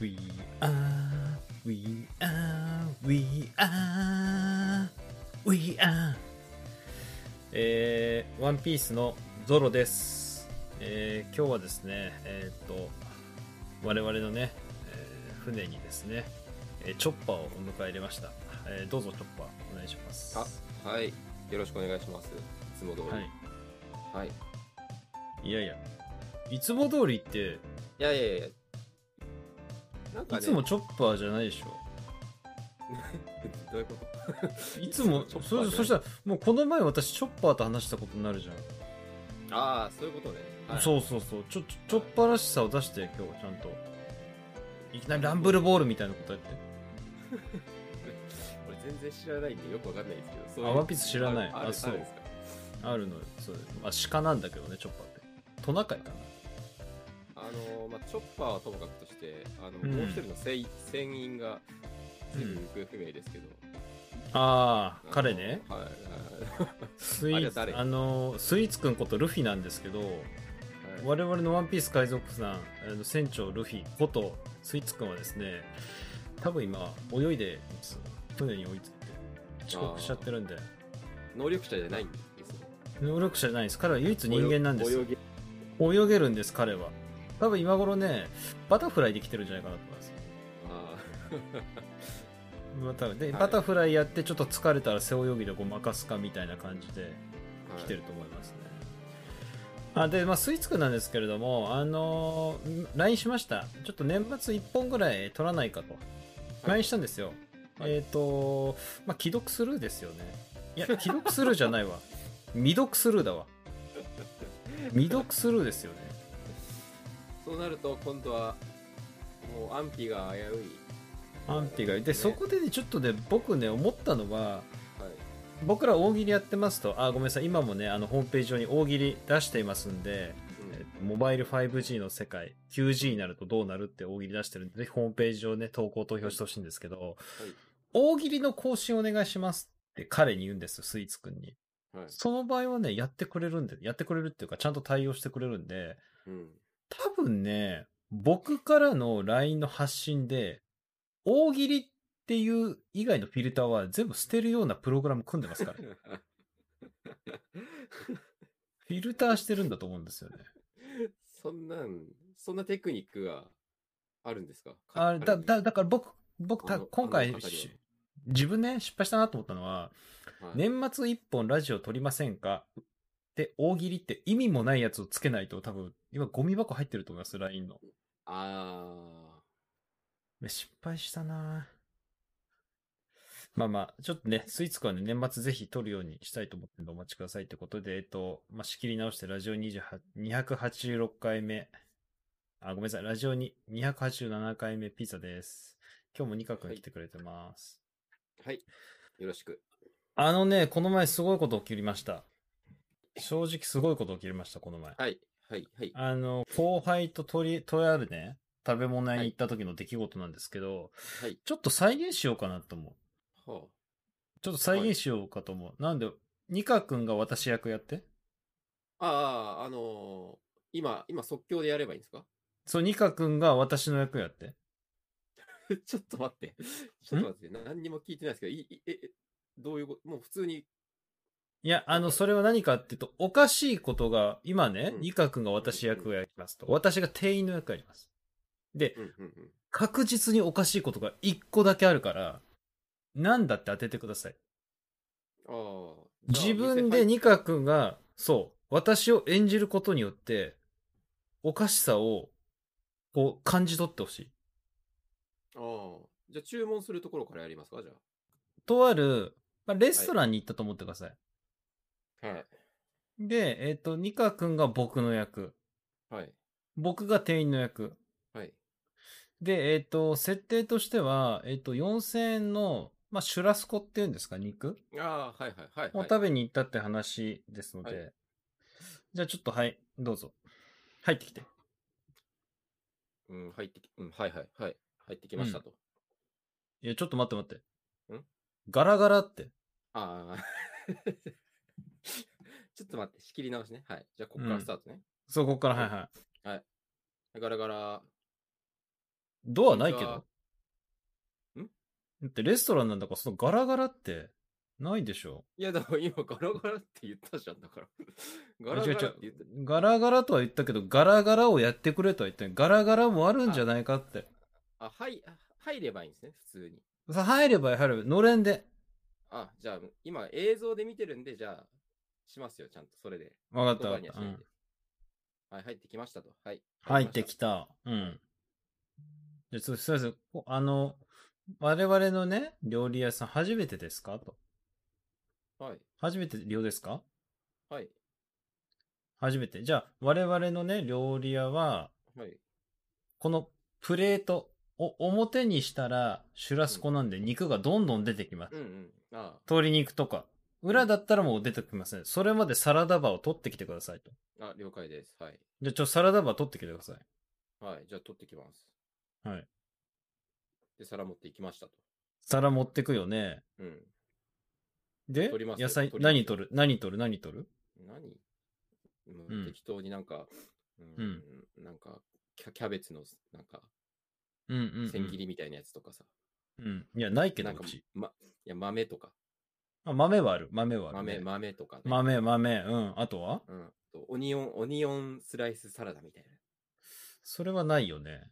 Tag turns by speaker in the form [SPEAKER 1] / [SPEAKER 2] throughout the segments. [SPEAKER 1] We are, we are, we are, we are. えー、ワンピースのゾロです。えー、今日はですね、えーっと、我々のね、えー船にですね、えーチョッパーをお迎え入れました。えーどうぞチョッパー、お願いします。
[SPEAKER 2] あはいよろしくお願いしますいつも通り
[SPEAKER 1] は
[SPEAKER 2] はい、
[SPEAKER 1] い。いやいや、いつも通りって、
[SPEAKER 2] いやいやいやなんか、
[SPEAKER 1] い
[SPEAKER 2] ね、
[SPEAKER 1] つもチョッパーじゃないでしょ。
[SPEAKER 2] どういうこと
[SPEAKER 1] いつも
[SPEAKER 2] いつもチョッパーじ
[SPEAKER 1] そ
[SPEAKER 2] ゃない
[SPEAKER 1] そしたらもうこの前私チョッパーと話したことになるじゃん、
[SPEAKER 2] ああそういうことね、はい、
[SPEAKER 1] そうそうそうちょちょチョッパーらしさを出して今日ちゃんといきなりランブルボールみたいなことやって
[SPEAKER 2] 俺全然知らないんでよくわかんないですけどそう
[SPEAKER 1] あ
[SPEAKER 2] いう
[SPEAKER 1] ワンピース知らない
[SPEAKER 2] ある
[SPEAKER 1] あそう
[SPEAKER 2] るんですか
[SPEAKER 1] あるのよそうまあ鹿なんだけどねチョッパーってトナカイかな
[SPEAKER 2] あのーまあ、チョッパーはともかくとしてあの、
[SPEAKER 1] うん
[SPEAKER 2] もう一人の船船員が随分行方不明ですけど、
[SPEAKER 1] あ
[SPEAKER 2] あ
[SPEAKER 1] あ
[SPEAKER 2] の
[SPEAKER 1] 彼ね
[SPEAKER 2] はいはい
[SPEAKER 1] スイー
[SPEAKER 2] あれは誰
[SPEAKER 1] ツあのスイーツくんことルフィなんですけど
[SPEAKER 2] はい
[SPEAKER 1] 我々のワンピース海賊さんあの船長ルフィことスイーツくんはですね多分今泳いで船に追いついて遅刻しちゃってるんで
[SPEAKER 2] 能力者じゃないんですね
[SPEAKER 1] 能力者じゃないです彼は唯一人間なんです
[SPEAKER 2] 泳
[SPEAKER 1] よ
[SPEAKER 2] ぎ
[SPEAKER 1] 泳げるんです彼は多分今頃ねバタフライできてるんじゃないかなと思います
[SPEAKER 2] あ
[SPEAKER 1] またで
[SPEAKER 2] はい
[SPEAKER 1] バタフライやってちょっと疲れたら背泳ぎでごまかすかみたいな感じで
[SPEAKER 2] あ、はい
[SPEAKER 1] 来てると思いますね、あで、まあ、スイーツくんなんですけれども、あのー LINE しました。ちょっと年末1本ぐらい取らないかと。LINE したんですよ。
[SPEAKER 2] はい
[SPEAKER 1] えっ、と、まあ、既読スルーですよね。いや、既読スルーじゃないわ。未読スルーだわ。未読スルーですよね。
[SPEAKER 2] そうなると今度はもう安否が危うい
[SPEAKER 1] 安否が。で、
[SPEAKER 2] ね
[SPEAKER 1] そこでね、ちょっとね、僕ね、思ったのは、
[SPEAKER 2] はい
[SPEAKER 1] 僕ら大喜利やってますと、あ、ごめんなさい、今もね、あの、ホームページ上に大喜利出していますんで、えモバイル 5G の世界、9G になるとどうなるって大喜利出してるんで、ぜひホームページ上ね、投稿投票してほしいんですけど、大喜利の更新お願いしますって彼に言うんですよ、スイーツくんに。
[SPEAKER 2] うんはい、
[SPEAKER 1] その場合はね、やってくれるんで、やってくれるっていうか、ちゃんと対応してくれるんで、
[SPEAKER 2] うん、
[SPEAKER 1] 多分ね、僕からの LINE の発信で、大喜利っていう以外のフィルターは全部捨てるようなプログラム組んでます から。フィルターしてるんだと思うんですよ ね。
[SPEAKER 2] そんなんそんなテクニックがあるんですかか
[SPEAKER 1] あだ、
[SPEAKER 2] るんです
[SPEAKER 1] だ、だから僕、僕、
[SPEAKER 2] あ
[SPEAKER 1] た
[SPEAKER 2] の
[SPEAKER 1] 今
[SPEAKER 2] あの
[SPEAKER 1] 回
[SPEAKER 2] 方には
[SPEAKER 1] し、自分ね、失敗したなと思ったのは、
[SPEAKER 2] はい
[SPEAKER 1] 年末一本ラジオ撮りませんかで、大喜利って意味もないやつをつけないと多分、今ゴミ箱入ってると思います、LINE の。
[SPEAKER 2] あ
[SPEAKER 1] 失敗したなまあまあ、ちょっとね、スイーツくんはね、年末ぜひ撮るようにしたいと思ってるのでお待ちくださいってことで、えっと、まあ、仕切り直してラジオ28 286回目。あ、ごめんなさい、ラジオに287回目ピザです。今日もニカ君来てくれてます。
[SPEAKER 2] ーはいよろしく
[SPEAKER 1] あのね、この前すごいこと起きりました。正直すごいこと起きりました、この前。
[SPEAKER 2] はいはいはい
[SPEAKER 1] あの、後輩ととり、とあるね、食べ物屋に行った時の出来事なんですけど、
[SPEAKER 2] はい
[SPEAKER 1] ちょっと再現しようかなと思う。
[SPEAKER 2] は
[SPEAKER 1] ちょっと再現しようかと思う。なんで、ニカ君が私役やって。
[SPEAKER 2] ああああのー今今即興でやればいいんですか
[SPEAKER 1] そう、ニカ君が私の役やって。
[SPEAKER 2] ちょっと待ってちょっと待って何にも聞いてないですけどいいええどういうこともう普通に
[SPEAKER 1] いや、あの、それは何かっていうと、おかしいことが、今ね、
[SPEAKER 2] うん
[SPEAKER 1] ニカ君が私役をやりますと。私が店員の役やります。で
[SPEAKER 2] う、んうんうん
[SPEAKER 1] 確実におかしいことが1個だけあるから、なんだって当ててください。
[SPEAKER 2] ああ
[SPEAKER 1] 自分でニカ君が、そう、私を演じることによって、おかしさを、こう、感じ取ってほしい。
[SPEAKER 2] ああ、じゃあ注文するところからやりますかじゃ
[SPEAKER 1] とある、まあ、レストランに行ったと思ってください。
[SPEAKER 2] あ。はい。
[SPEAKER 1] で、えっ、と、ニカ君が僕の役。
[SPEAKER 2] はい。
[SPEAKER 1] 僕が店員の役。
[SPEAKER 2] はい。
[SPEAKER 1] で、えっ、と、設定としては、えっ、と、4000円の、まあ、シュラスコっていうんですか、肉
[SPEAKER 2] ああ、はいはいはい、
[SPEAKER 1] を
[SPEAKER 2] はい。
[SPEAKER 1] 食べに行ったって話ですので。
[SPEAKER 2] は
[SPEAKER 1] じゃあちょっと、はい、どうぞ。入ってきて。
[SPEAKER 2] うん、入ってき、うん、はいはいはい。入ってきましたと。
[SPEAKER 1] いや、ちょっと待って待って。
[SPEAKER 2] ん
[SPEAKER 1] ガラガラって。
[SPEAKER 2] ああ。 ちょっと待って、仕切り直しね。はい。じゃあ、ここか
[SPEAKER 1] う
[SPEAKER 2] ら
[SPEAKER 1] ん
[SPEAKER 2] スタートね。
[SPEAKER 1] そう、ここから、はいはい。
[SPEAKER 2] ガラガラ。
[SPEAKER 1] ドアないけど。
[SPEAKER 2] こんにち
[SPEAKER 1] だってレストランなんだから、そのガラガラって、ないでしょ。
[SPEAKER 2] いや、だから今ガラガラって言ったじゃん、だから。 ガラガラって言った。
[SPEAKER 1] ガラガラとは言ったけど、ガラガラをやってくれとは言ってないガラガラもあるんじゃないかって。
[SPEAKER 2] あ、はい、あ入ればいいんですね、普通に。
[SPEAKER 1] さ入れば入る。のれんで。
[SPEAKER 2] あ、じゃあ今映像で見てるんで、じゃあ、しますよ、ちゃんと、それで。
[SPEAKER 1] わかった。
[SPEAKER 2] 言葉にはし
[SPEAKER 1] う
[SPEAKER 2] ない
[SPEAKER 1] ん
[SPEAKER 2] ではい、入ってきましたと。はい。
[SPEAKER 1] 入ってき
[SPEAKER 2] た。
[SPEAKER 1] た。うん。じゃあ、ちょっとすいません。こあの、我々のね、料理屋さん初めてですかと。
[SPEAKER 2] はい。
[SPEAKER 1] 初めて利用ですか
[SPEAKER 2] はい。
[SPEAKER 1] 初めて。じゃあ、我々のね、料理屋は、
[SPEAKER 2] はい。
[SPEAKER 1] このプレートを表にしたら、シュラスコなんで肉がどんどん出てきます。
[SPEAKER 2] うんうん。あ
[SPEAKER 1] 鶏肉とか。裏だったらもう出てきません。それまでサラダバーを取ってきてくださいと。
[SPEAKER 2] あ、あ了解です。はい。
[SPEAKER 1] じゃあ、ちょ、サラダバー取ってきてください。
[SPEAKER 2] はい。じゃあ、取ってきます。
[SPEAKER 1] はい。
[SPEAKER 2] で、皿持っていきましたと。
[SPEAKER 1] 皿持ってくよね。
[SPEAKER 2] うん。
[SPEAKER 1] で
[SPEAKER 2] 取りま、すよ
[SPEAKER 1] 野菜、
[SPEAKER 2] 取りますよ
[SPEAKER 1] 何取る何取る何取る
[SPEAKER 2] 何も
[SPEAKER 1] うん
[SPEAKER 2] う適当になんか、うんなんかキャ、キャベツの、なんか、
[SPEAKER 1] うんうん、うん。
[SPEAKER 2] 千切りみたいなやつとかさ。
[SPEAKER 1] うん。いや、ないけど、
[SPEAKER 2] なんか
[SPEAKER 1] うち。、
[SPEAKER 2] ま、いや、豆とか、
[SPEAKER 1] あ、豆はある。豆はある、
[SPEAKER 2] 豆、
[SPEAKER 1] ね。
[SPEAKER 2] 豆とかね。
[SPEAKER 1] 豆、豆。うん。あとは
[SPEAKER 2] うん。とオニオン、オニオンスライスサラダみたいな。
[SPEAKER 1] それはないよね。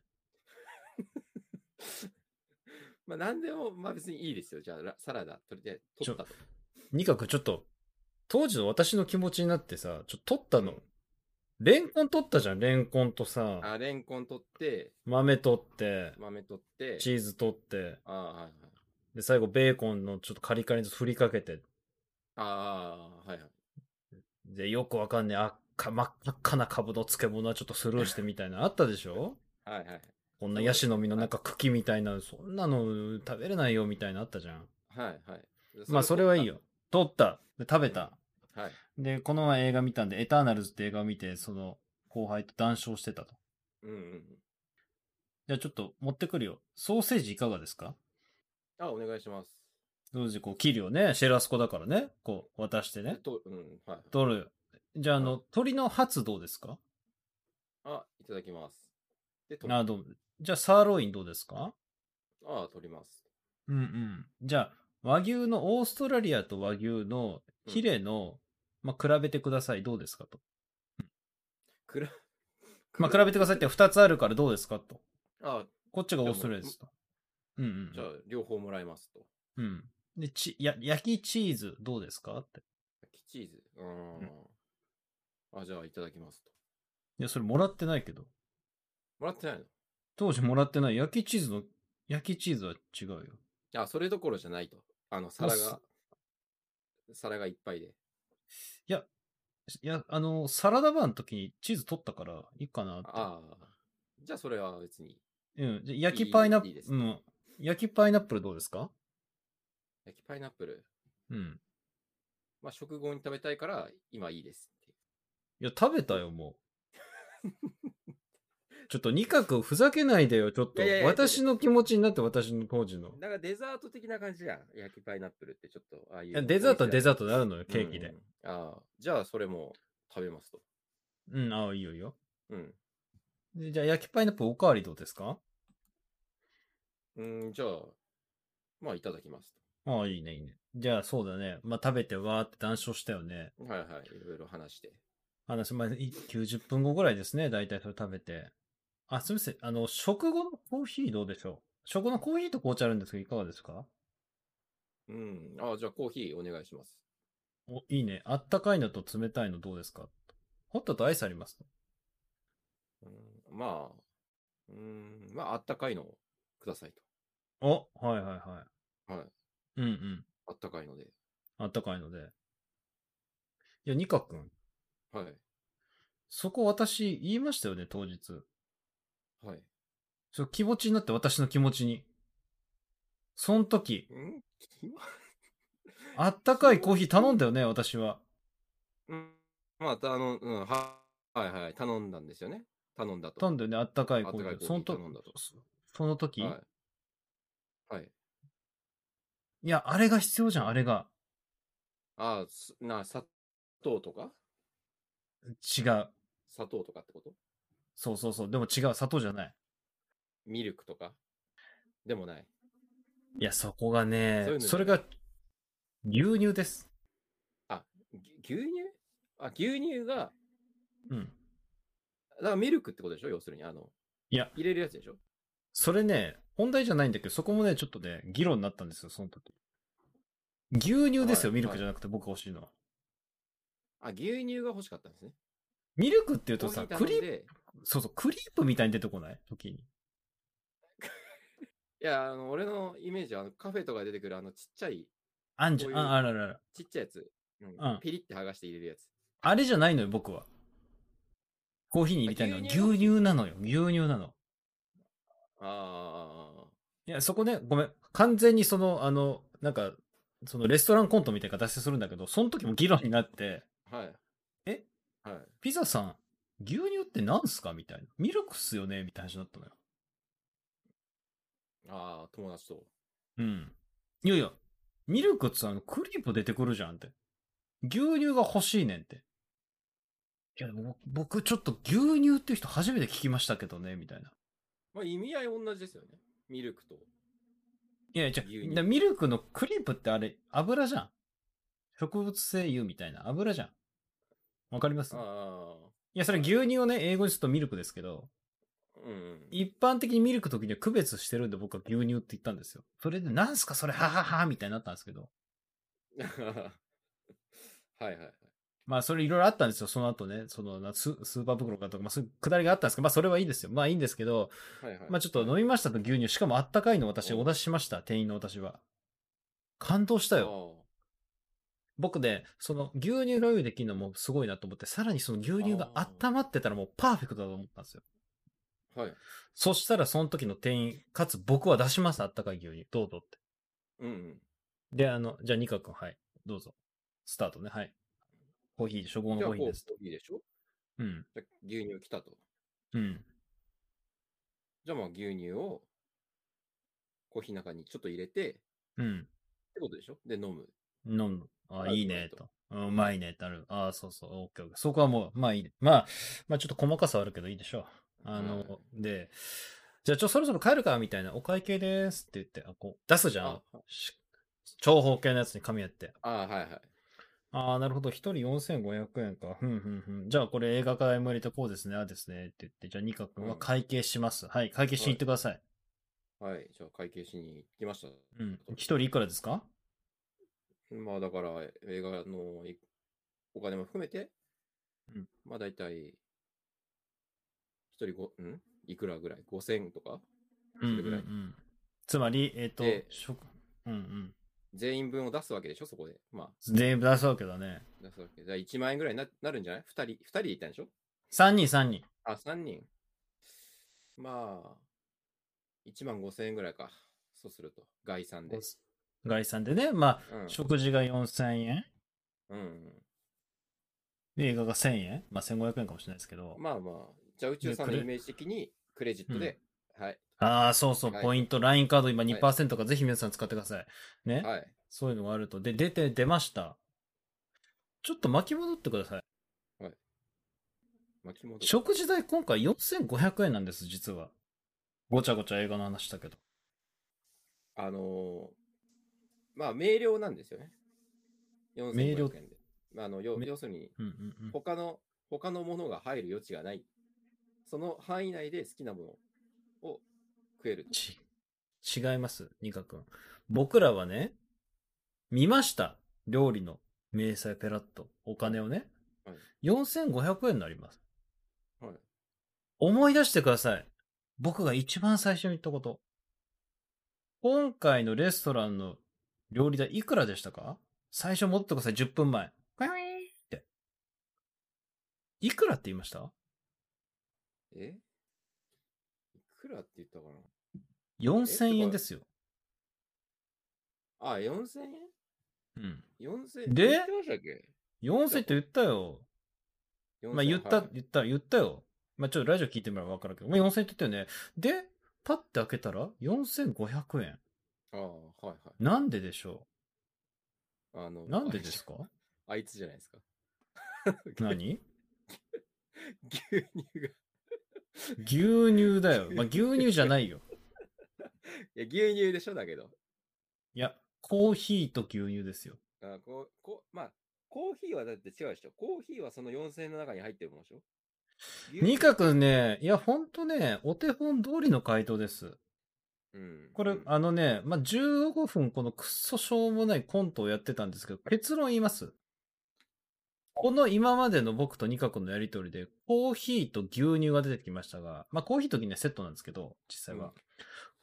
[SPEAKER 2] まあ、なんでも、まあ別にいいですよ。じゃあ、ラサラダ、とりあえず、
[SPEAKER 1] ちょ
[SPEAKER 2] 取ったと。
[SPEAKER 1] にかくちょっと、当時の私の気持ちになってさ、ちょっと取ったの。レンコン取ったじゃん。レンコンとさ、
[SPEAKER 2] あ、レンコン取って、
[SPEAKER 1] 豆取って、
[SPEAKER 2] 豆取って、
[SPEAKER 1] チーズ取って、
[SPEAKER 2] ああ、はいはい。
[SPEAKER 1] で、最後ベーコンのちょっとカリカリに振りかけて、
[SPEAKER 2] ああ、はいはい。
[SPEAKER 1] で、よくわかんねえ、あっか、真っ赤な株の漬物はちょっとスルーしてみたいな、あったでしょ
[SPEAKER 2] はいはいはい。
[SPEAKER 1] こんなヤシの実の中茎みたいな、そんなの食べれないよみたいなあったじゃん。
[SPEAKER 2] はいはい。
[SPEAKER 1] まあ、それはいい
[SPEAKER 2] よ。
[SPEAKER 1] よ。取った。で、食べた。
[SPEAKER 2] はい。
[SPEAKER 1] で、この前映画見たんで、エターナルズって映画を見て、その、後輩と談笑してたと。
[SPEAKER 2] うんうん。
[SPEAKER 1] じゃあちょっと持ってくるよ。ソーセージいかがですか
[SPEAKER 2] あ、お願いします。
[SPEAKER 1] ソーセージこう切るよね。シェラスコだからね。こう渡してね。
[SPEAKER 2] と、うん、はい。
[SPEAKER 1] 取る。じゃああの、
[SPEAKER 2] う
[SPEAKER 1] 鶏のハツどうですか
[SPEAKER 2] あ、いただきます。で、取
[SPEAKER 1] あどうじゃあサーロインどうですか
[SPEAKER 2] あ、取ります。
[SPEAKER 1] うんうん。じゃあ和牛のオーストラリアと和牛のヒレの、まあ、比べてください。どうですかと。
[SPEAKER 2] くら、
[SPEAKER 1] まあ、比べてくださいって2つあるからどうですかと。
[SPEAKER 2] あ、
[SPEAKER 1] こっちがオーストラリアですと。うんうん
[SPEAKER 2] じゃあ、両方もらいますと。
[SPEAKER 1] うん。うん。で、ち、や、焼きチーズどうですかって。
[SPEAKER 2] きチーズ。うーん。あ、じゃあ、いただきますと。
[SPEAKER 1] いや、それもらってないけど。
[SPEAKER 2] もらってない
[SPEAKER 1] 当時もらってない焼きチーズの、焼きチーズは違うよ。
[SPEAKER 2] のあ、それどころじゃないと。あの、皿が、皿がいっぱいで。
[SPEAKER 1] いや、いや、あの、サラダバーの時にチーズ取ったからいいかなって。
[SPEAKER 2] ああ。じゃあ、それは別に。
[SPEAKER 1] うん。じゃ焼きパイナップ
[SPEAKER 2] いいいいです
[SPEAKER 1] う
[SPEAKER 2] ね
[SPEAKER 1] ん。焼きパイナップルどうですか
[SPEAKER 2] 焼きパイナップル。
[SPEAKER 1] うん。
[SPEAKER 2] まあ、食後に食べたいから、今いいですって。
[SPEAKER 1] いや、食べたよ、もう。ちょっと、二角ふざけないでよ、ちょっと。
[SPEAKER 2] いやいやいや
[SPEAKER 1] 私の気持ちになって、私の当時の。
[SPEAKER 2] なんかデザート的な感じじゃん。焼きパイナップルってちょっと、ああい。
[SPEAKER 1] いうやデザートはデ
[SPEAKER 2] ー
[SPEAKER 1] ザートであるのよ、ケーキで。
[SPEAKER 2] ああ、じゃあそれも食べますと。
[SPEAKER 1] うん、ああ、いいよ、いいよ。
[SPEAKER 2] うん。
[SPEAKER 1] でじゃあ、焼きパイナップルおかわりどうですか
[SPEAKER 2] うん、じゃあ、まあいただきます
[SPEAKER 1] ああ、いいね、いいね。じゃあ、そうだね。まあ、食べてわーって談笑したよね。
[SPEAKER 2] と。はいはい、いろいろ話して。
[SPEAKER 1] 話、まあ、い90分後ぐらいですね。大体それ食べて。あ、すみません。あの、食後のコーヒーどうでしょう食後のコーヒーと紅茶あるんですけど、いかがですか
[SPEAKER 2] うん、ああ、じゃあコーヒーお願いします。
[SPEAKER 1] お、いいね。あったかいのと冷たいのどうですかホットとアイスあります
[SPEAKER 2] うん、まあ、うん、まああったかいのをください
[SPEAKER 1] お、はいはいは
[SPEAKER 2] と。はい、
[SPEAKER 1] い。うんうん。
[SPEAKER 2] あったかいので。
[SPEAKER 1] あったかいので。いや、ニカ君、
[SPEAKER 2] はい、
[SPEAKER 1] そこ私言いましたよね、当日。
[SPEAKER 2] はい。
[SPEAKER 1] そう気持ちになって、私の気持ちに。その時、
[SPEAKER 2] うんきま
[SPEAKER 1] あったかいコーヒー頼んだよね、私は。
[SPEAKER 2] うん、まあ、たあの、うん、ははいはい、頼んだんですよね。頼んだと。
[SPEAKER 1] 頼んだよね、あったかいコーヒ
[SPEAKER 2] あった
[SPEAKER 1] ー。
[SPEAKER 2] かいコ
[SPEAKER 1] そ
[SPEAKER 2] ー
[SPEAKER 1] の
[SPEAKER 2] ヒー
[SPEAKER 1] 時
[SPEAKER 2] 頼んだと、
[SPEAKER 1] その時、
[SPEAKER 2] はい。はい。
[SPEAKER 1] いや、あれが必要じゃん、あれが。
[SPEAKER 2] ああ、すな、砂糖とか
[SPEAKER 1] 違う。
[SPEAKER 2] 砂糖とかってこと
[SPEAKER 1] そうそうそう。でも違う、砂糖じゃない。
[SPEAKER 2] ミルクとかでもない。
[SPEAKER 1] いや、そこがね、
[SPEAKER 2] そういうのじゃない
[SPEAKER 1] それが牛乳です。
[SPEAKER 2] ぎ牛乳あ、牛乳が、
[SPEAKER 1] うん。
[SPEAKER 2] だからミルクってことでしょ要するに、あの、
[SPEAKER 1] いや
[SPEAKER 2] 入れるやつでしょ
[SPEAKER 1] それね、本題じゃないんだけど、そこもね、ちょっとね、議論になったんですよ、その時。牛乳ですよ、
[SPEAKER 2] はい
[SPEAKER 1] ミルクじゃなくて僕欲しいのは。
[SPEAKER 2] あ、牛乳が欲しかったんですね。
[SPEAKER 1] ミルクって言う
[SPEAKER 2] コ
[SPEAKER 1] と
[SPEAKER 2] ーヒ
[SPEAKER 1] さ、
[SPEAKER 2] ー
[SPEAKER 1] クリ
[SPEAKER 2] 頼ん
[SPEAKER 1] ープ、
[SPEAKER 2] で、
[SPEAKER 1] そうそう、クリープみたいに出てこない時に。
[SPEAKER 2] いや、あの、俺のイメージは、あの、カフェとかで出てくる、あの、ちっちゃい、
[SPEAKER 1] あんじゃん。
[SPEAKER 2] こういう
[SPEAKER 1] あ、あららら。
[SPEAKER 2] ちっちゃいやつ。うん
[SPEAKER 1] うん
[SPEAKER 2] ピリって剥がして入れるやつ。
[SPEAKER 1] あれじゃないのよ、僕は。コーヒーに入れたいのは
[SPEAKER 2] あ
[SPEAKER 1] 牛
[SPEAKER 2] 牛乳
[SPEAKER 1] 乳なのよ、牛乳なの。
[SPEAKER 2] あ
[SPEAKER 1] いや、そこね、ごめん。完全にその、あの、なんか、そのレストランコントみたいな形するんだけど、その時も議論になって、
[SPEAKER 2] あ、はい。
[SPEAKER 1] え
[SPEAKER 2] はい。
[SPEAKER 1] ピザさん、牛乳ってなんすかみたいな。ミルクっすよねみたいな話になったのよ。
[SPEAKER 2] ああ、友達と。
[SPEAKER 1] うん。いやいや、ミルクっつうのはあのクリープ出てくるじゃんって。牛乳が欲しいねんって。いや、でも僕僕ちょっと牛乳っていう人初めて聞きましたけどね、みたいな。
[SPEAKER 2] まあ、意味合い同じですよね。ミルクと。
[SPEAKER 1] いやいや、
[SPEAKER 2] 牛
[SPEAKER 1] じ
[SPEAKER 2] 乳
[SPEAKER 1] ゃあミルクのクリープってあれ、油じゃん。植物性油みたいな油じゃん。わかります
[SPEAKER 2] あ
[SPEAKER 1] いや、それ牛乳をね、英語にするとミルクですけど、
[SPEAKER 2] あ、うん。
[SPEAKER 1] 一般的にミルクときには区別してるんで僕は牛乳って言ったんですよ。それで、なんすかそれ、はははみたいになったんですけど。
[SPEAKER 2] はいはいはい。
[SPEAKER 1] まあ、それいろいろあったんですよ。その後ね、そのなス、スーパー袋かとか、まあ、そういうくだりがあったんですけど、まあ、それはいいんですよ。まあ、いいんですけど、
[SPEAKER 2] はいはい、
[SPEAKER 1] まあ、ちょっと飲みましたと牛乳、しかもあったかいの私、お出ししました。店員の私は。感動した
[SPEAKER 2] た
[SPEAKER 1] よ。。僕ね、その牛乳が用意できるのもすごいなと思って、さらにその牛乳が
[SPEAKER 2] あー
[SPEAKER 1] 温まってたらもうパーフェクトだと思ったんですよ。
[SPEAKER 2] あーはい。
[SPEAKER 1] そしたらその時の店員、かつ僕は出します、あったかい牛乳。どうぞって。
[SPEAKER 2] うんうん。
[SPEAKER 1] で、あの、じゃあ、ニカ君、はい、どうぞ。スタートね、はい。コーヒー、初号
[SPEAKER 2] じ
[SPEAKER 1] の
[SPEAKER 2] ゃあ、
[SPEAKER 1] コ
[SPEAKER 2] こ
[SPEAKER 1] ーヒー
[SPEAKER 2] う、
[SPEAKER 1] です。
[SPEAKER 2] いいでしょ
[SPEAKER 1] うん。
[SPEAKER 2] じゃあ牛乳来たと。
[SPEAKER 1] うん。
[SPEAKER 2] じゃあ、まあ、牛乳を、コーヒーの中にちょっと入れて、っ
[SPEAKER 1] うん。
[SPEAKER 2] てことでしょで、飲む。
[SPEAKER 1] 飲む。あ、
[SPEAKER 2] あ
[SPEAKER 1] いいね、
[SPEAKER 2] うま
[SPEAKER 1] と。うんうまいね、ってなる。あそうそう、オッケーオッケー。そこはもう、まあいいね。まあ、まあちょっと細かさはあるけどいいでしょう。あの、
[SPEAKER 2] は
[SPEAKER 1] で、じゃあちょ、そろそろ帰るか、みたいな、お会計ですって言って、あ、こう、出すじゃん
[SPEAKER 2] あ。
[SPEAKER 1] し長方形のやつに紙やって。
[SPEAKER 2] ああ、はいはい。
[SPEAKER 1] ああ、なるほど。一人4500円か。ふんふんふん。じゃあ、これ映画代も入れてこうですね。ああですね。って言って、じゃあ、ニカ君は
[SPEAKER 2] うん
[SPEAKER 1] 会計します。はい、会計しに行ってください。
[SPEAKER 2] はい。じゃあ、会計しに行きました。
[SPEAKER 1] うん。一人いくらですか
[SPEAKER 2] まあ、だから、映画のいお金も含めて、
[SPEAKER 1] うん
[SPEAKER 2] まあ、大体、一人ご、んいくらぐらい ?5000 とか
[SPEAKER 1] うんうん、
[SPEAKER 2] れぐらい
[SPEAKER 1] うん。つまり、えっ、と
[SPEAKER 2] で、
[SPEAKER 1] 食、うんうん。
[SPEAKER 2] 全員分を出すわけでしょそこで。まあ、
[SPEAKER 1] 全部出すわけだね。
[SPEAKER 2] 出すわけ。じゃあ、1万円ぐらいにななるんじゃない ?2 人、二人で行ったんでしょ
[SPEAKER 1] 3人、3人。
[SPEAKER 2] あ、3人。まあ、1万5000円ぐらいか。そうすると。概算で。
[SPEAKER 1] 概算でね。ま
[SPEAKER 2] う
[SPEAKER 1] あ、
[SPEAKER 2] ん。
[SPEAKER 1] 食事が4000円、
[SPEAKER 2] うん、
[SPEAKER 1] 映画が1000円、まあ1500円かもしれないですけど。
[SPEAKER 2] まあまあ、じゃあ宇宙さんの
[SPEAKER 1] でクレ
[SPEAKER 2] イメージ的にクレジットで、はい、
[SPEAKER 1] ああ、そうそう、
[SPEAKER 2] はい
[SPEAKER 1] ポイント、LINE カード今
[SPEAKER 2] い
[SPEAKER 1] 2%か、ぜひ皆さん使ってください。ね。
[SPEAKER 2] はい。
[SPEAKER 1] そういうのがあると。で、出て、出ました。ちょっと巻き戻ってください。
[SPEAKER 2] 巻き戻る
[SPEAKER 1] 食事代今回4500円なんです、実は。ごちゃごちゃ映画の話だけど。
[SPEAKER 2] あのーまあ、明瞭なんですよね。
[SPEAKER 1] 明
[SPEAKER 2] 4500
[SPEAKER 1] 瞭
[SPEAKER 2] 円で。まあ、あの要
[SPEAKER 1] め
[SPEAKER 2] 要するに、
[SPEAKER 1] うんうんうん。
[SPEAKER 2] 他の、他のものが入る余地がない。その範囲内で好きなものを食えると。
[SPEAKER 1] ち、違います、ニカ君。僕らはね、見ました。料理の明細ペラッと。お金をね。
[SPEAKER 2] はい
[SPEAKER 1] 4500円になります。
[SPEAKER 2] はい。
[SPEAKER 1] 思い出してください。僕が一番最初に言ったこと。今回のレストランの料理代いくらでしたか最初戻ってください、10分前。って。いくらって言いました
[SPEAKER 2] えいくらって言ったかな
[SPEAKER 1] ?4000 円ですよ。
[SPEAKER 2] あ、4000円
[SPEAKER 1] うん。
[SPEAKER 2] ?4000 円
[SPEAKER 1] で
[SPEAKER 2] 言ってましたっけ
[SPEAKER 1] 4000って言ったよ。
[SPEAKER 2] 4000
[SPEAKER 1] まあ言った、
[SPEAKER 2] はい
[SPEAKER 1] 言った、言ったよ。まあちょっとラジオ聞いてみればわかるけど、まあ、4000円って言ったよね。で、パッて開けたら4500円。
[SPEAKER 2] ああ、はいはい。
[SPEAKER 1] なんででしょ
[SPEAKER 2] あの、
[SPEAKER 1] うなんでです か
[SPEAKER 2] あいつ じゃないですか。
[SPEAKER 1] 何
[SPEAKER 2] 牛乳が
[SPEAKER 1] 牛乳だ よ。まあ、牛乳じゃないよ。
[SPEAKER 2] いや、牛乳でしょだけど。
[SPEAKER 1] いや、コーヒーと牛乳ですよ。
[SPEAKER 2] あこうこうまあ、コーヒーはだって違うでしょ。コーヒーはその4000円の中に入ってるもんでしょ。
[SPEAKER 1] ニカ君ね、いや、ほんとね、お手本通りの回答です。
[SPEAKER 2] うん、
[SPEAKER 1] これ、
[SPEAKER 2] うん
[SPEAKER 1] あのね、まあ、15分このくっそしょうもないコントをやってたんですけど、結論言います。この今までの僕とニカ君のやりとりで、コーヒーと牛乳が出てきましたが、まあ、コーヒーと牛乳はセットなんですけど、実際は。
[SPEAKER 2] うん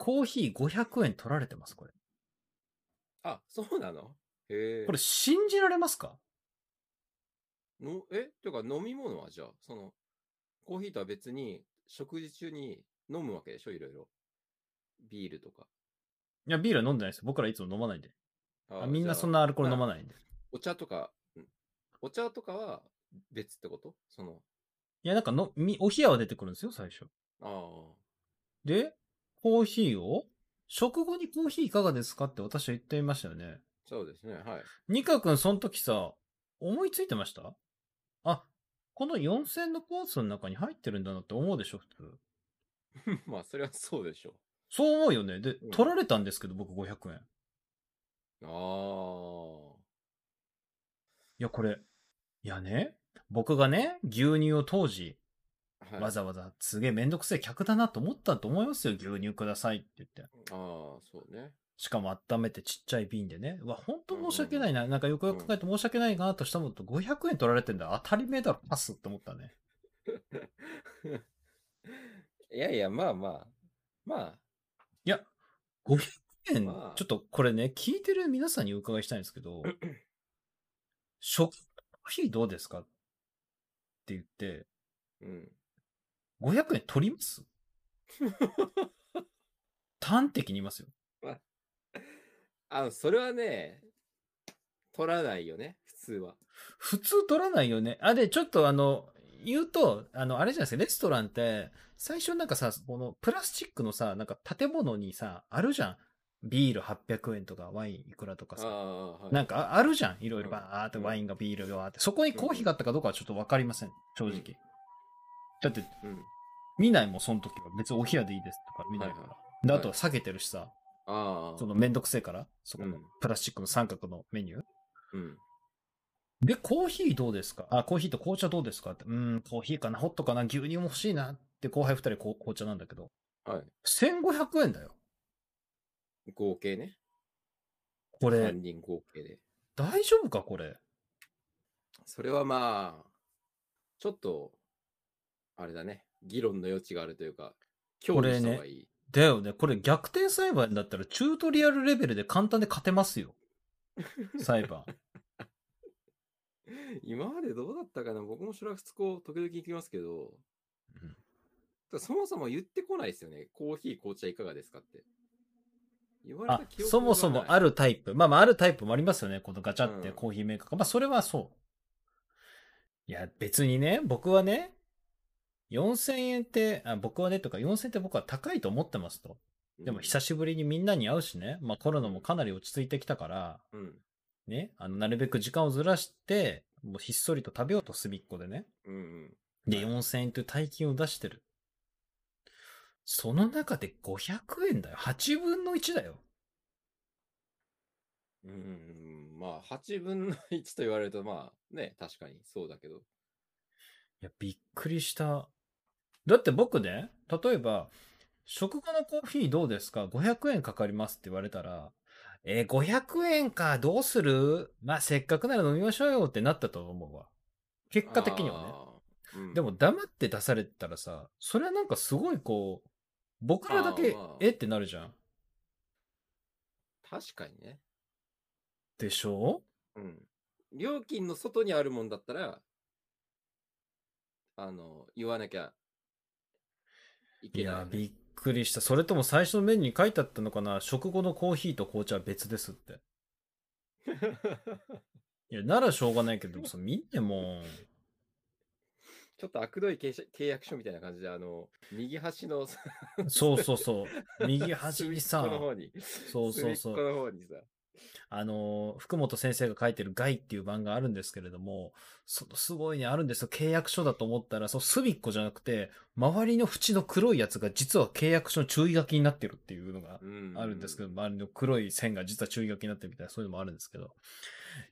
[SPEAKER 1] コーヒー500円取られてます、これ。
[SPEAKER 2] あ、そうなのへえ。
[SPEAKER 1] これ信じられますか
[SPEAKER 2] の、えというか飲み物はじゃあ、その、コーヒーとは別に、食事中に飲むわけでしょいろいろ。ビールとか。
[SPEAKER 1] いや、ビールは飲んでないですよ。僕らいつも飲まないんで。
[SPEAKER 2] あ
[SPEAKER 1] あみんなそん
[SPEAKER 2] な。
[SPEAKER 1] なアルコール飲まないんで。
[SPEAKER 2] お茶とか、んお茶とかは別ってことその、
[SPEAKER 1] いや、なんかの、み、お冷やは出てくるんですよ、最初。
[SPEAKER 2] あ
[SPEAKER 1] で、コーヒーを食後にコーヒーいかがですかって私は言っていましたよね。
[SPEAKER 2] あ、そうですね。はい。
[SPEAKER 1] ニカ君、その時さ、思いついてましたあ、この4000のコースの中に入ってるんだなって思うでしょ、普通。
[SPEAKER 2] まあ、それはそうでしょ
[SPEAKER 1] そう思うよね。で
[SPEAKER 2] うん、。
[SPEAKER 1] 取られたんですけど、僕500円。いう
[SPEAKER 2] ああ。
[SPEAKER 1] や、これ、いやね、僕がね、牛乳を当時、
[SPEAKER 2] はい、
[SPEAKER 1] わざわざすげえめんどくせえ客だなと思ったと思いますよ、牛乳くださいって言って。
[SPEAKER 2] ああ、そうね。
[SPEAKER 1] しかも温めてちっちゃい瓶でね。うわ、ほんと申し訳ないな。なんかよくよく考えて申し訳ないなとしたものと500円取られてんだ。当たり前だろ、パスって思ったね。
[SPEAKER 2] いやいや、まあまあ。まあ、
[SPEAKER 1] いや、500円、
[SPEAKER 2] まあ
[SPEAKER 1] ちょっとこれね、聞いてる皆さんにお伺いしたいんですけ ど、食費どうですかって言って、
[SPEAKER 2] うん。
[SPEAKER 1] 500円取ります 端的に言いますよ。
[SPEAKER 2] あの、それはね、取らないよね、普通は。
[SPEAKER 1] 普通取らないよね。あ、で、ちょっとあの、言うと、あの、あれじゃないですか、レストランって、最初なんかさ、このプラスチックのさ、なんか建物にさ、あるじゃん。ビール800円とか、ワインいくらとか
[SPEAKER 2] あ
[SPEAKER 1] さ。
[SPEAKER 2] あ、はい。
[SPEAKER 1] なんかああるじゃん。いろいろ
[SPEAKER 2] うん
[SPEAKER 1] バーって
[SPEAKER 2] うん
[SPEAKER 1] ワインがビールがわーって。そこにコーヒーがあったかどうかはちょっとわかりません。正
[SPEAKER 2] う
[SPEAKER 1] 直
[SPEAKER 2] ん。
[SPEAKER 1] だって、
[SPEAKER 2] うん。
[SPEAKER 1] 見ないもん、その時は。別にお部屋でいいですとか見ないか
[SPEAKER 2] はいは
[SPEAKER 1] ら。で、あとは避けてるしさ、
[SPEAKER 2] ああ。
[SPEAKER 1] そのめんどくせえから、そこ
[SPEAKER 2] う
[SPEAKER 1] の
[SPEAKER 2] ん
[SPEAKER 1] プラスチックの三角のメニュー。
[SPEAKER 2] うん。
[SPEAKER 1] で、コーヒーどうですかあ、コーヒーと紅茶どうですかって。うーん、コーヒーかな、ホットかな、牛乳も欲しいなって後輩二人こう紅茶なんだけど。
[SPEAKER 2] は
[SPEAKER 1] 1500円だよ。
[SPEAKER 2] い。合計ね。
[SPEAKER 1] これ
[SPEAKER 2] 3、人合計で。
[SPEAKER 1] 大丈夫かこれ。
[SPEAKER 2] それはまあ、ちょっと、あれだね。議論の余地があるというか、協議した方がいい。
[SPEAKER 1] だよね。これ逆転裁判だったらチュートリアルレベルで簡単で勝てますよ。裁 判。
[SPEAKER 2] 今までどうだったかな僕もシュラフツコ時々行きますけど、
[SPEAKER 1] うん
[SPEAKER 2] ただそもそも言ってこないですよね。コーヒー、紅茶いかがですかって。言われ
[SPEAKER 1] あ
[SPEAKER 2] た、記憶
[SPEAKER 1] そもそもあ
[SPEAKER 2] る。
[SPEAKER 1] るタイプ。まあまああるタイプもありますよね。このガチャって
[SPEAKER 2] うん
[SPEAKER 1] コーヒーメーカーが。まあそれはそう。いや、別にね、僕はね、4000円って、あ僕はねとか4000円って僕は高いと思ってますと。でも久しぶりにみんなに会うしね、まあコロナもかなり落ち着いてきたから、
[SPEAKER 2] うん。
[SPEAKER 1] ね、あの、なるべく時間をずらして、もうひっそりと食べようと隅っこでね。
[SPEAKER 2] うんうん。
[SPEAKER 1] で、
[SPEAKER 2] はい
[SPEAKER 1] 4000円という大金を出してる。その中で500円だよ。8分の1だよ。
[SPEAKER 2] うんうんうん。まあ、8分の1と言われると、まあ、ね、確かにそうだけど。
[SPEAKER 1] いや、びっくりした。だって僕ね、例えば、食後のコーヒーどうですか ?500 円かかりますって言われたら、えー、500円か、どうするまあ、せっかくなら飲みましょうよってなったと思うわ。結果的にはね。
[SPEAKER 2] あー。うん
[SPEAKER 1] でも黙って出されたらさ、それはなんかすごいこう、僕らだ
[SPEAKER 2] あ
[SPEAKER 1] け
[SPEAKER 2] ーまあ、
[SPEAKER 1] えってなるじゃん。
[SPEAKER 2] 確かにね。
[SPEAKER 1] でしょ
[SPEAKER 2] うん。料金の外にあるもんだったら、あの、言わなきゃい
[SPEAKER 1] い
[SPEAKER 2] けないよ
[SPEAKER 1] や、
[SPEAKER 2] ね、
[SPEAKER 1] びっくりした。それとも最初のメニューに書いてあったのかな食後のコーヒーと紅茶は別ですって。いや、ならしょうがないけど、そ見んねもう。
[SPEAKER 2] ちょっと悪どい契約契約書みたいな感じで、あの、右端のさ
[SPEAKER 1] そうそうそう。右端にさ
[SPEAKER 2] 隅っこ、の方に、
[SPEAKER 1] そうそう
[SPEAKER 2] 隅
[SPEAKER 1] そ
[SPEAKER 2] っこ
[SPEAKER 1] う。
[SPEAKER 2] の方にさ、
[SPEAKER 1] あの、福本先生が書いてるガイっていう版があるんですけれども、そすごいね、あるんですよ。契約書だと思ったら、そう、隅っこじゃなくて、周りの縁の黒いやつが実は契約書の注意書きになってるっていうのが
[SPEAKER 2] うん
[SPEAKER 1] あるんですけど、周りの黒い線が実は注意書きになってるみたいな、そういうのもあるんですけど。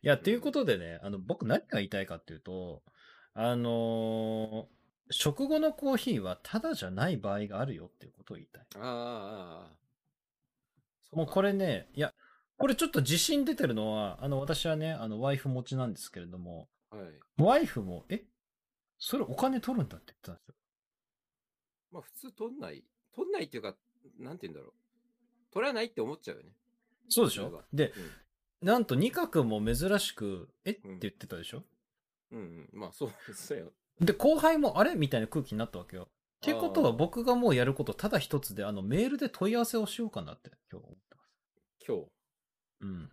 [SPEAKER 1] いや、ということでね、あの、僕何が言いたいかっていうと、あのー食後のコーヒーはタダじゃない場合があるよっていうことを言いたい。
[SPEAKER 2] あーあーあーそ
[SPEAKER 1] もう
[SPEAKER 2] か
[SPEAKER 1] これね、いや、これちょっと自信出てるのは、あの、私はね、あの、ワイフ持ちなんですけれども、
[SPEAKER 2] はい
[SPEAKER 1] ワイフも、えそれお金取るんだって言ってたんですよ。
[SPEAKER 2] まあ普通取んない取んないっていうかなんて言うんだろう取らないって思っちゃうよね
[SPEAKER 1] そうでし
[SPEAKER 2] そう
[SPEAKER 1] ょ
[SPEAKER 2] だ
[SPEAKER 1] で、なんと、ニカ君も珍しく、えって
[SPEAKER 2] うん
[SPEAKER 1] 言ってたでしょ、
[SPEAKER 2] うん、うんうん、まあそうですよ
[SPEAKER 1] で、後輩も、あれみたいな空気になったわけよ。っていうこと
[SPEAKER 2] あ
[SPEAKER 1] は、
[SPEAKER 2] ー
[SPEAKER 1] 僕がもうやること、ただ一つで、あの、メールで問い合わせをしようかなって、今日思ってま
[SPEAKER 2] 今日
[SPEAKER 1] す。うん。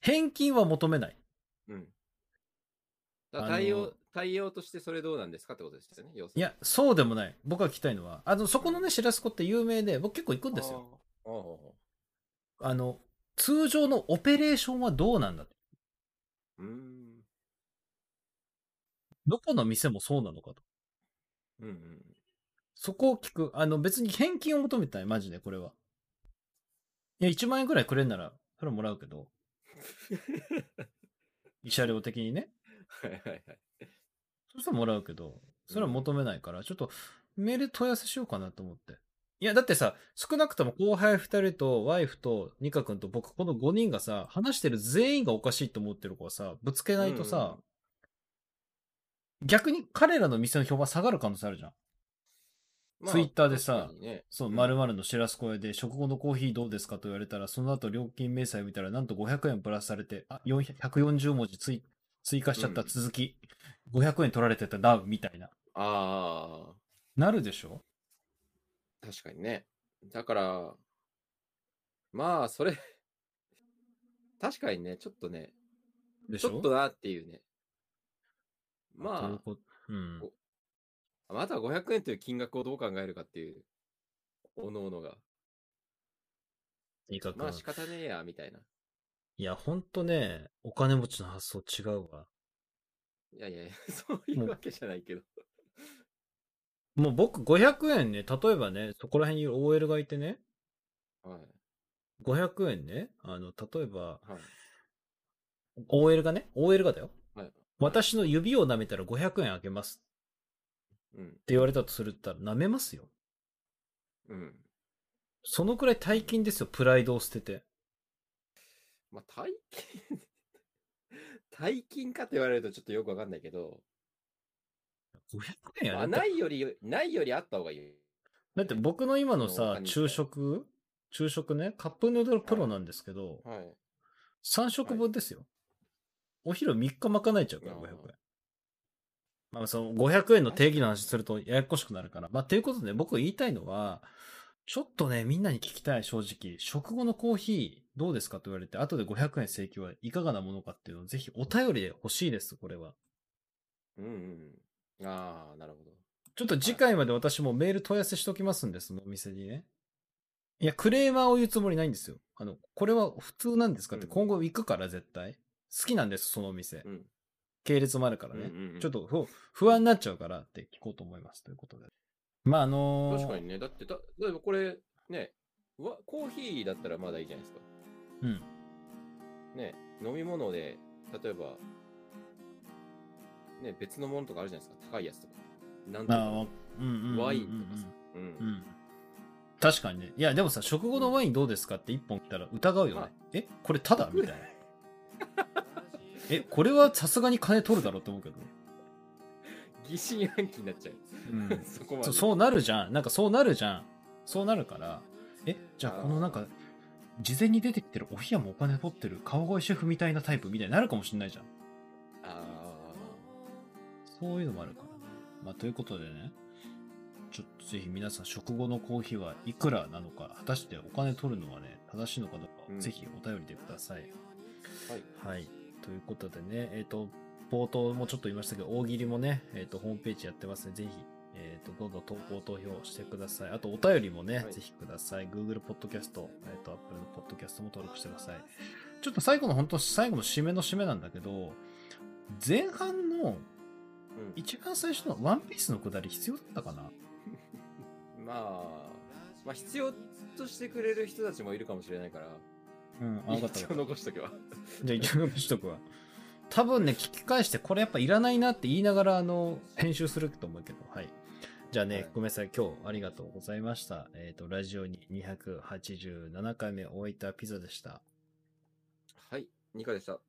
[SPEAKER 1] 返金は求めない。
[SPEAKER 2] うん。だ
[SPEAKER 1] あの
[SPEAKER 2] 対応、対応としてそれどうなんですかってことですよね、要す
[SPEAKER 1] い
[SPEAKER 2] るに。
[SPEAKER 1] や、そうでもない。僕が聞きたいのは、あの、そこのね、シラスコって有名で、僕結構行くんですよ。
[SPEAKER 2] あー。あー
[SPEAKER 1] あの、通常のオペレーションはどうなんだと
[SPEAKER 2] うーん。
[SPEAKER 1] どこの店もそうなのかと。
[SPEAKER 2] うんうん。
[SPEAKER 1] そこを聞く。あの、別に返金を求めてない、マジで、これは。いや、1万円くらいくれんなら、それはもらうけ ど。慰謝料的にね。
[SPEAKER 2] はいはいはい。
[SPEAKER 1] そしたらもらうけど、それは求めないから、ちょっとメールで問い合わせしようかなと思って。いや、だってさ、少なくとも後輩二人と、ワイフと、ニカ君と僕、この5人がさ、話してる全員がおかしいと思ってる子はさ、ぶつけないとさ、逆に彼らの店の評判下がる可能性あるじゃん。
[SPEAKER 2] まあ
[SPEAKER 1] Twitter でさ、
[SPEAKER 2] 確かにね
[SPEAKER 1] そう、
[SPEAKER 2] うん
[SPEAKER 1] 〇〇のシラスコ屋で食後のコーヒーどうですかと言われたら、その後料金明細見たら、なんと500円プラスされて、あ、400 140文字追追加しちゃった
[SPEAKER 2] うん
[SPEAKER 1] 続き、500円取られてたな、みたいな。
[SPEAKER 2] あ
[SPEAKER 1] なるでしょ
[SPEAKER 2] あ、確かにね。だから、まあ、それ、 確かにね、ちょっとね、
[SPEAKER 1] でし
[SPEAKER 2] ち
[SPEAKER 1] ょ
[SPEAKER 2] ょっとなっていうね。
[SPEAKER 1] という
[SPEAKER 2] ま
[SPEAKER 1] ことうん
[SPEAKER 2] こ。あ、あとは500円という金額をどう考えるかっていう、おのおのが。
[SPEAKER 1] いいかくん
[SPEAKER 2] まあ仕方ねえや、みたいな。
[SPEAKER 1] いや、ほんとね、お金持ちの発想違うわ。
[SPEAKER 2] いやいや いや、そうい
[SPEAKER 1] もう
[SPEAKER 2] うわけじゃないけど。
[SPEAKER 1] もう僕500円ね、例えばね、そこら辺にいる OL がいてね、
[SPEAKER 2] はい。
[SPEAKER 1] 500円ね、あの、例えば、
[SPEAKER 2] はい。
[SPEAKER 1] OL がね、OL がだよ。
[SPEAKER 2] はい
[SPEAKER 1] 私の指を舐めたら500円あげますっ
[SPEAKER 2] うん。
[SPEAKER 1] て言われたとするったら舐めますよ。
[SPEAKER 2] うん。
[SPEAKER 1] そのくらい大金ですよ、プライドを捨てて。
[SPEAKER 2] まあ、大金 大金かと言われるとちょっとよくわかんないけど、
[SPEAKER 1] 500円
[SPEAKER 2] ま
[SPEAKER 1] や
[SPEAKER 2] あ、
[SPEAKER 1] ね
[SPEAKER 2] な
[SPEAKER 1] だって
[SPEAKER 2] いより、ないよりあった方がいい。
[SPEAKER 1] だって僕の今の
[SPEAKER 2] もうお
[SPEAKER 1] さ
[SPEAKER 2] 金、
[SPEAKER 1] 昼食、昼食ね、カップヌードルプロなんですけど、
[SPEAKER 2] はい。
[SPEAKER 1] 3食分ですよ。お昼3日まかないちゃうから、
[SPEAKER 2] あ
[SPEAKER 1] 500
[SPEAKER 2] ー
[SPEAKER 1] 円。まあ、その500円の定義の話するとややこしくなるから。まあ、ということで、僕言いたいのは、ちょっとね、みんなに聞きたい、正直。食後のコーヒー、どうですかと言われて、後で500円請求はいかがなものかっていうのを、ぜひお便りで欲しいです、これは。
[SPEAKER 2] うんうんうん。ああ、なるほど。
[SPEAKER 1] ちょっと次回まで私もメール問い合わせしておきますんで、そのお店にね。いや、クレーマーを言うつもりないんですよ。あの、これは普通なんですかって、
[SPEAKER 2] うん
[SPEAKER 1] 今後行くから絶対。好きなんです、そのお店。
[SPEAKER 2] うん。
[SPEAKER 1] 系列もあるからね。
[SPEAKER 2] うんうんうん
[SPEAKER 1] ちょっと不不安になっちゃうからって聞こうと思います。ということで。まあ、あのー
[SPEAKER 2] 確かにね。だって、た例えばこれ、ね、うわコーヒーだったらまだいいじゃないですか。
[SPEAKER 1] うん。
[SPEAKER 2] ね、飲み物で、例えば、ね、別のものとかあるじゃないですか。高いやつとか。なんと
[SPEAKER 1] ま
[SPEAKER 2] か
[SPEAKER 1] あ、わうんうんうんうん。
[SPEAKER 2] ワインとかさ。う。
[SPEAKER 1] うんん。確かにね。いや、でもさ、食後のワインどうですかって一本来たら疑うよね。
[SPEAKER 2] まあ
[SPEAKER 1] えこれただみたいな。え、これはさすがに金取るだろうって思うけど。
[SPEAKER 2] 疑心暗鬼になっちゃう。
[SPEAKER 1] うん。
[SPEAKER 2] そこまで。
[SPEAKER 1] そうそうなるじゃん。なんかそうなるじゃん。そうなるから。え、じゃあこのなんか、事前に出てきてるお部屋もお金取ってる川越シェフみたいなタイプみたいになるかもしれないじゃん。
[SPEAKER 2] あ
[SPEAKER 1] そういうのもあるからね。まあということでね、ちょっとぜひ皆さん食後のコーヒーはいくらなのか、果たしてお金取るのはね、正しいのかどうか
[SPEAKER 2] う
[SPEAKER 1] を
[SPEAKER 2] ん
[SPEAKER 1] ぜひお便りでください。
[SPEAKER 2] あ。はい。
[SPEAKER 1] はい。ということでね、えっ、と、冒頭もちょっと言いましたけど、大喜利もね、えっ、と、ホームページやってますね。ぜひ、えっ、と、どんどん投稿投票してください。あと、お便りもね、
[SPEAKER 2] はい
[SPEAKER 1] ぜひください。Google Podcast、えっ、と、Apple の Podcast も登録してください。ちょっと最後の、本当最後の締めの締めなんだけど、前半の
[SPEAKER 2] うん
[SPEAKER 1] 一番最初のワンピースのくだり必要だったかな
[SPEAKER 2] まあ、まあ、必要としてくれる人たちもいるかもしれないから、
[SPEAKER 1] うん、あ、分かった
[SPEAKER 2] 一
[SPEAKER 1] 分
[SPEAKER 2] 応
[SPEAKER 1] かっ
[SPEAKER 2] 残しとけば。
[SPEAKER 1] た。じゃあ一応残しとくわ。多分ね、聞き返して、これやっぱいらないなって言いながら、あの、編集すると思うけど、はい。じゃあね、
[SPEAKER 2] はい
[SPEAKER 1] ごめんなさい、今日ありがとうございました。えっ、と、ラジオに287回目、大分ピザでした。
[SPEAKER 2] はい、ニカでした。